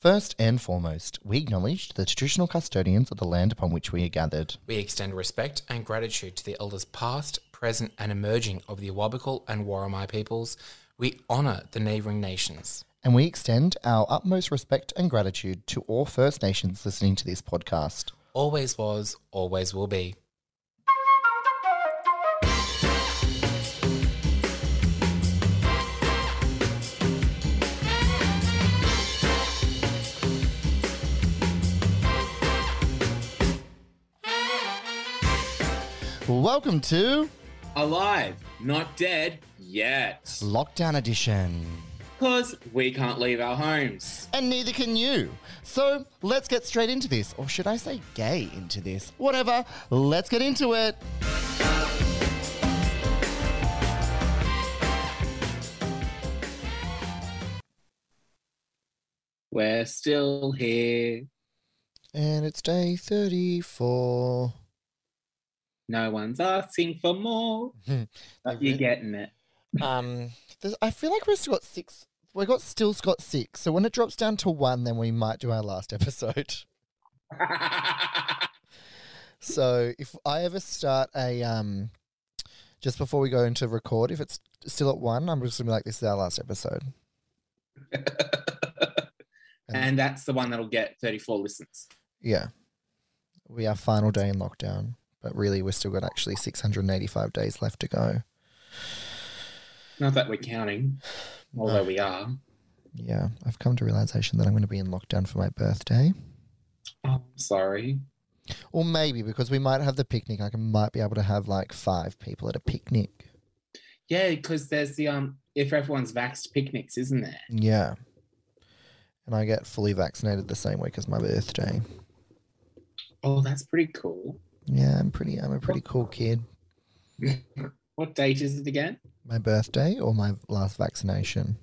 First and foremost, we acknowledge the traditional custodians of the land upon which we are gathered. We extend respect and gratitude to the elders past, present, and emerging of the Awabakal and Warramai peoples. We honour the neighbouring nations. And we extend our utmost respect and gratitude to all First Nations listening to this podcast. Always was, always will be. Welcome to Alive, not dead yet. Lockdown Edition. Because we can't leave our homes. And neither can you. So let's get straight into this, or should I say gay into this? Whatever, let's get into it. We're still here. And it's day 34. No one's asking for more. But You're getting it. Um, there's- I feel like we've still got six. We got still got six. So when it drops down to one, then we might do our last episode. So if I ever start a um, just before we go into record, if it's still at one, I'm just gonna be like, this is our last episode. and that's the one that'll get 34 listens. Yeah, we are final day in lockdown, but really we're still got actually 685 days left to go. Not that we're counting, although we are. Yeah, I've come to realization that I'm going to be in lockdown for my birthday, Oh, sorry. or maybe because we might have the picnic, I can- might be able to have like five people at a picnic. Yeah, because there's the um if everyone's vaxxed picnics, isn't there? Yeah. And I get fully vaccinated the same week as my birthday. Oh, that's pretty cool. Yeah, I'm pretty. I'm a pretty cool kid. What date is it again? my birthday or my last vaccination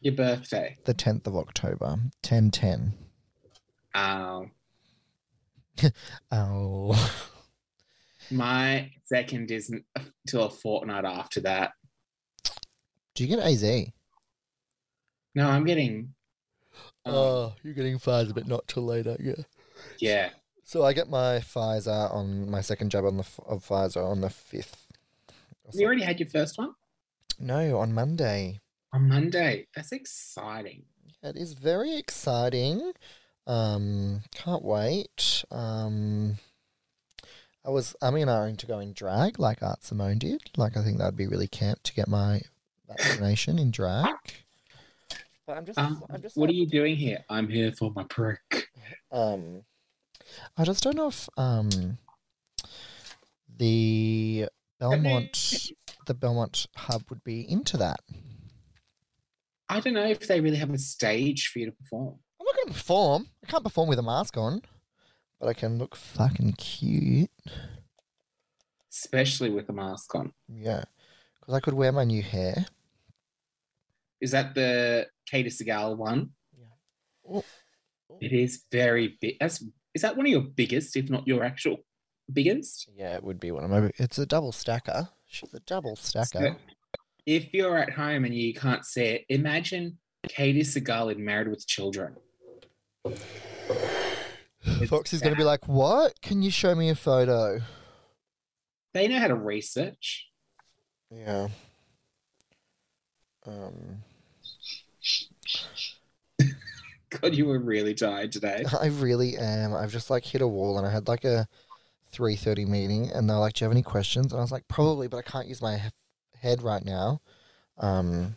Your birthday. the 10th of october 1010 Um, oh my second isn't till a fortnight after that. do you get az No, I'm getting. um, Oh, you're getting pfizer but not till later yeah yeah. so i get my pfizer on my second jab on the f- of pfizer on the 5th or You already had your first one so- no on monday on Monday. That's exciting. it is very exciting um can't wait um I was I mean I to go in drag like Art Simone did. Like I think that'd be really camp to get my vaccination in drag. But I'm just Um, I'm just what not- are you doing here? I'm here for my prick. um I just don't know if um the Belmont the Belmont hub would be into that. I don't know if they really have a stage for you to perform. I'm not gonna perform. I can't perform with a mask on. But I can look fucking cute. Especially with a mask on. Yeah. Because I could wear my new hair. Is that the Katie Segal one? Oh. It is very big. That's is that one of your biggest, if not your actual biggest? Yeah, it would be one of my. It's a double stacker. She's a double stacker. So, if you're at home and you can't see it, imagine Katie Segal in Married with Children. It's Fox is going to be like, "What? Can you show me a photo?" They know how to research. Yeah. Um, God, you were really tired today. I really am. I've just like hit a wall, and I had like a three thirty meeting, and they're like, "Do you have any questions?" And I was like, "Probably, but I can't use my he- head right now." Um,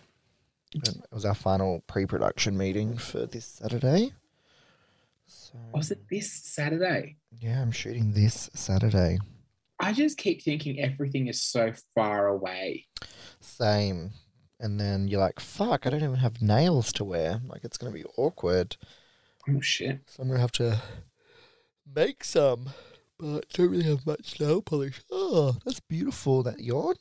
and it was our final pre-production meeting for this Saturday. So, Was it this Saturday? Yeah, I'm shooting this Saturday. I just keep thinking everything is so far away. Same. And then you're like, fuck, I don't even have nails to wear. Like, it's going to be awkward. Oh shit. So I'm going to have to make some, but don't really have much nail polish. Oh, that's beautiful, that yarn.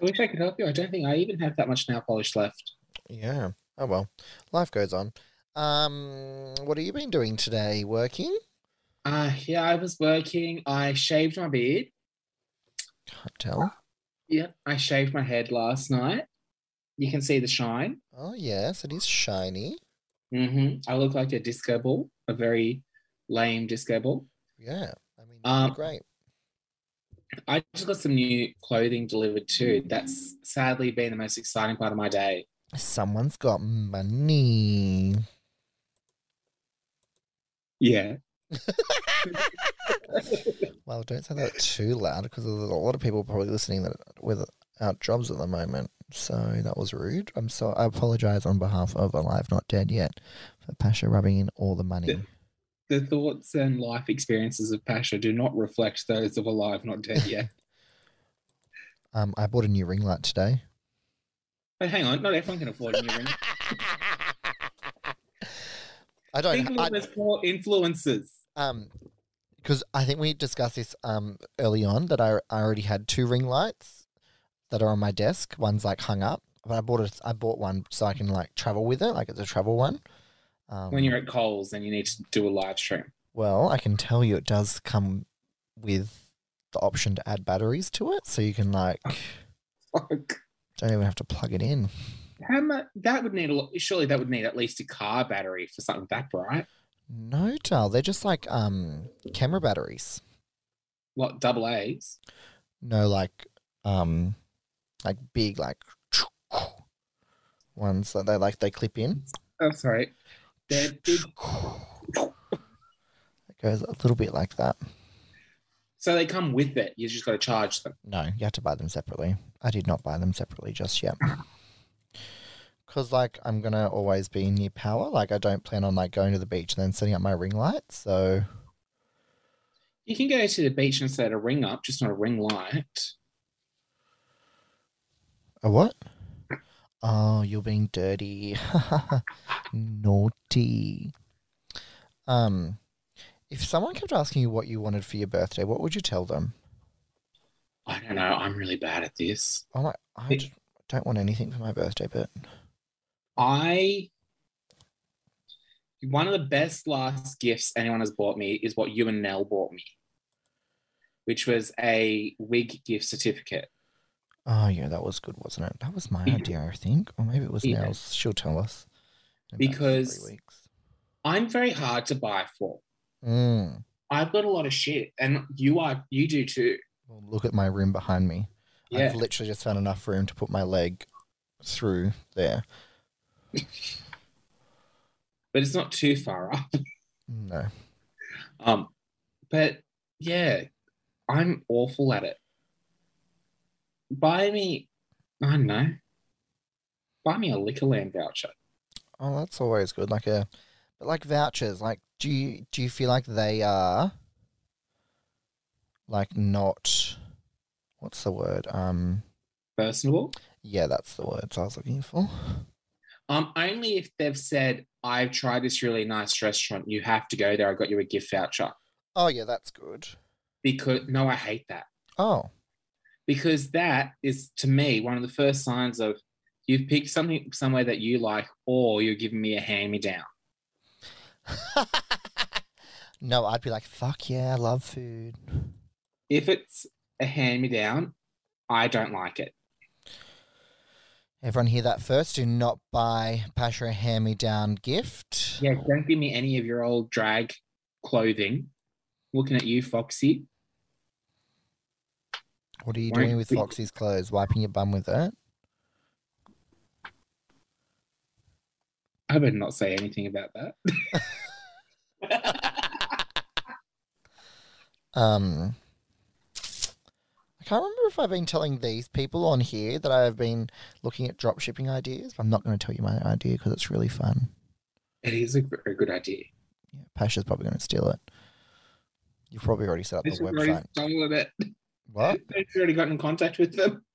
I wish I could help you. I don't think I even have that much nail polish left. Yeah. Oh, well. Life goes on. Um, what have you been doing today? Working? Uh yeah, I was working. I shaved my beard. Can't tell. Yeah. I shaved my head last night. You can see the shine. Oh yes, it is shiny. hmm I look like a disco ball, a very lame disco ball. Yeah, I mean, Um, great. I just got some new clothing delivered too. That's sadly been the most exciting part of my day. Someone's got money. Yeah. Well, don't say that too loud because there's a lot of people probably listening that without jobs at the moment. So that was rude. I'm so I apologize on behalf of Alive Not Dead Yet for Pasha rubbing in all the money. The thoughts and life experiences of Pasha do not reflect those of Alive Not Dead yet. Um, I bought a new ring light today. but hang on, not everyone can afford a new ring. I Think don't. of all I, those poor influences. um, because I think we discussed this um early on that I, I already had two ring lights that are on my desk. One's like hung up, but I bought a, I bought one so I can like travel with it, like it's a travel one. Um, When you're at Coles and you need to do a live stream. Well, I can tell you it does come with the option to add batteries to it, so you can like Oh. Fuck. don't even have to plug it in. How much that would need a lot surely that would need at least a car battery for something that bright. No, Tal, they're just like um camera batteries. What double A's? No, like um like big like ones that they like they clip in. Oh sorry. They're big It goes a little bit like that. so they come with it. You just gotta charge them. No, you have to buy them separately. I did not buy them separately just yet. Cause like I'm gonna always be near power. Like I don't plan on like going to the beach and then setting up my ring light. So You can go to the beach and set a ring up, just not a ring light. a what? Oh, you're being dirty, naughty. Um, if someone kept asking you what you wanted for your birthday, what would you tell them? I don't know. I'm really bad at this. Oh my, I It- d- don't want anything for my birthday, but I one of the best last gifts anyone has bought me is what you and Nell bought me, which was a wig gift certificate. oh yeah, that was good, wasn't it? That was my Yeah. idea, I think, or maybe it was Yeah. Nels. She'll tell us. in about three Because- weeks. I'm very hard to buy for. Mm. I've got a lot of shit, and you are you do too. Well, look at my room behind me. Yeah, I've literally just found enough room to put my leg through there. but it's not too far up. No. Um, but yeah, I'm awful at it. Buy me, I don't know. Buy me a Liquorland voucher. Oh, that's always good. Like a, but like vouchers. Like, do you do you feel like they are, like not, what's the word? Um, First of all, yeah, that's the words I was looking for. um, only if they've said I've tried this really nice restaurant, you have to go there. I got you a gift voucher Oh yeah, that's good. because no, I hate that Oh, because that is to me one of the first signs of you've picked something somewhere that you like, or you're giving me a hand me down. no, I'd be like, fuck yeah, I love food. If it's a hand me down, I don't like it. Everyone hear that first? Do not buy Pasha a hand-me-down gift. Yeah, don't give me any of your old drag clothing. Looking at you, Foxy. What are you Why- doing with Foxy's clothes? Wiping your bum with it? I better not say anything about that. Um, I can't remember if I've been telling these people on here that I've been looking at drop shipping ideas. But I'm not going to tell you my idea because it's really fun. It is a very good idea. Yeah, Pasha's probably going to steal it. You've probably already set up the This has already website. stolen it. What? They've already got in contact with them.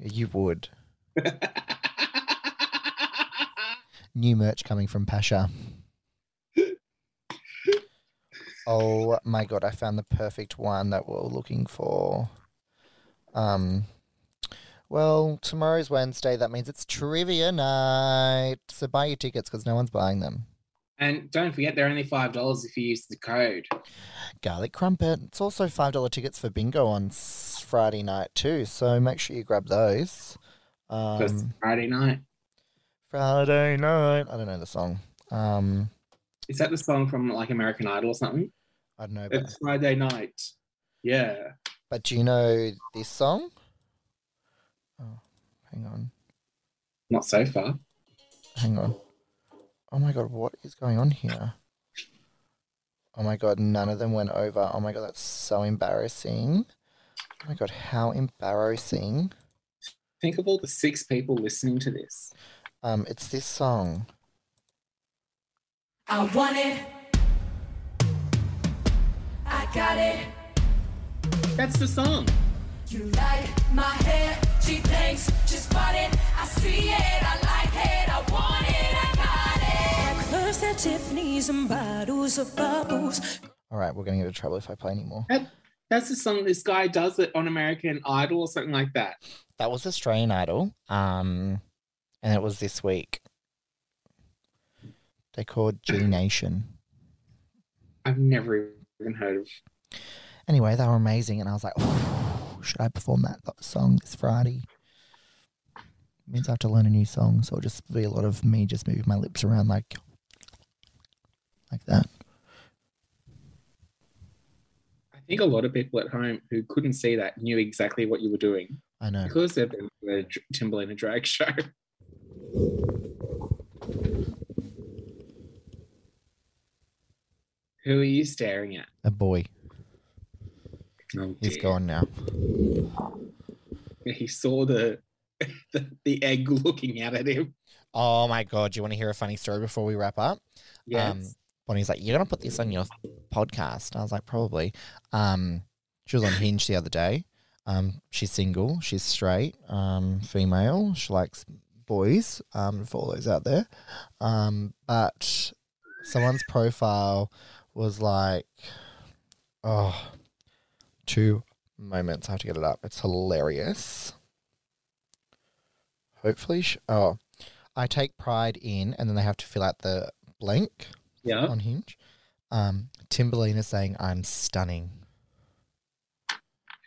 You would. New merch coming from Pasha. oh my god, I found the perfect one that we're looking for. Um well, tomorrow's Wednesday, that means it's trivia night. So buy your tickets because no one's buying them. and don't forget, they're only five dollars if you use the code. Garlic crumpet. It's also five dollar tickets for bingo on s- Friday night too, so make sure you grab those. Because Um, Friday night. Friday night. I don't know the song. Um, Is that the song from like American Idol or something? I don't know. But, It's Friday night. Yeah. but do you know this song? Oh, hang on. Not so far. Hang on. Oh my god, what is going on here? Oh my god, none of them went over. Oh my god, that's so embarrassing. Oh my god, how embarrassing. Think of all the six people listening to this. Um, it's this song. I want it. I got it. That's the song. You like my hair. She thinks just bought it. I see it. I like it. I want it. I got it. Clothes at Tiffany's and bottles of bubbles. All right, we're going to get into trouble if I play anymore. That, that's the song this guy does it on American Idol or something like that. That was Australian Idol. Um, and it was this week. They called G Nation. I've never even heard of. Anyway, they were amazing, and I was like, should I perform that th- song this Friday? means I have to learn a new song, so it'll just be a lot of me just moving my lips around like, like that. I think a lot of people at home who couldn't see that knew exactly what you were doing I know. because they've been to a dr- Timberlina drag show. Who are you staring at? A boy. Oh, He's dear. gone now. He saw the, the the egg looking out at him. Oh my god! Do you want to hear a funny story before we wrap up? Yes. Um, Bonnie's like, you're gonna put this on your podcast. I was like, probably. Um, she was on Hinge the other day. Um, she's single. She's straight. Um, female. She likes boys. Um, for all those out there. Um, but someone's profile was like, oh, two moments. I have to get it up. It's hilarious. Hopefully, sh- oh, I take pride in, and then they have to fill out the blank yeah. on Hinge. Um, Timberlina saying I'm stunning.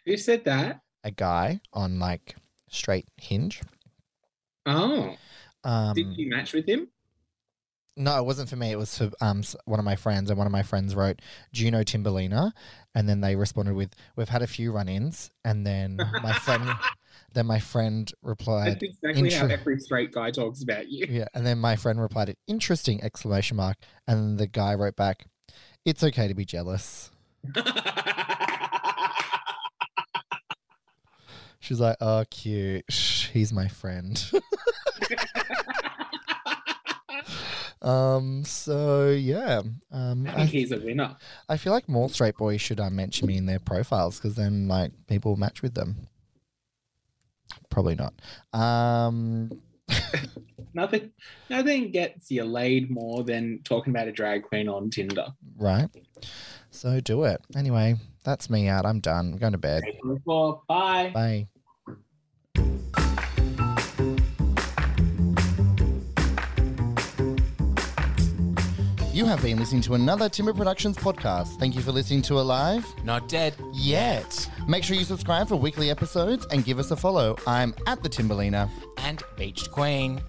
Who said that? A guy on like straight Hinge. Oh, Um, did you match with him? No, it wasn't for me. It was for um s- one of my friends, and one of my friends wrote, "Do you know Timberlina?" And then they responded with, "We've had a few run-ins," and then my friend, then my friend replied, That's exactly how intro- every straight guy talks about you. Yeah, and then my friend replied, it, "Interesting!" Exclamation mark, and the guy wrote back, "It's okay to be jealous." She's like, "Oh, cute. He's my friend." um. So yeah. Um. I I, think he's a winner. I feel like more straight boys should uh, mention me in their profiles because then like people match with them. Probably not. Um. Nothing, nothing gets you laid more than talking about a drag queen on Tinder. Right. So do it. Anyway, that's me out. I'm done. I'm going to bed. Well, bye. Bye. You have been listening to another Timber Productions podcast. Thank you for listening to Alive Not dead. Yet. Make sure you subscribe for weekly episodes and give us a follow. I'm at the Timberlina. And beached queen.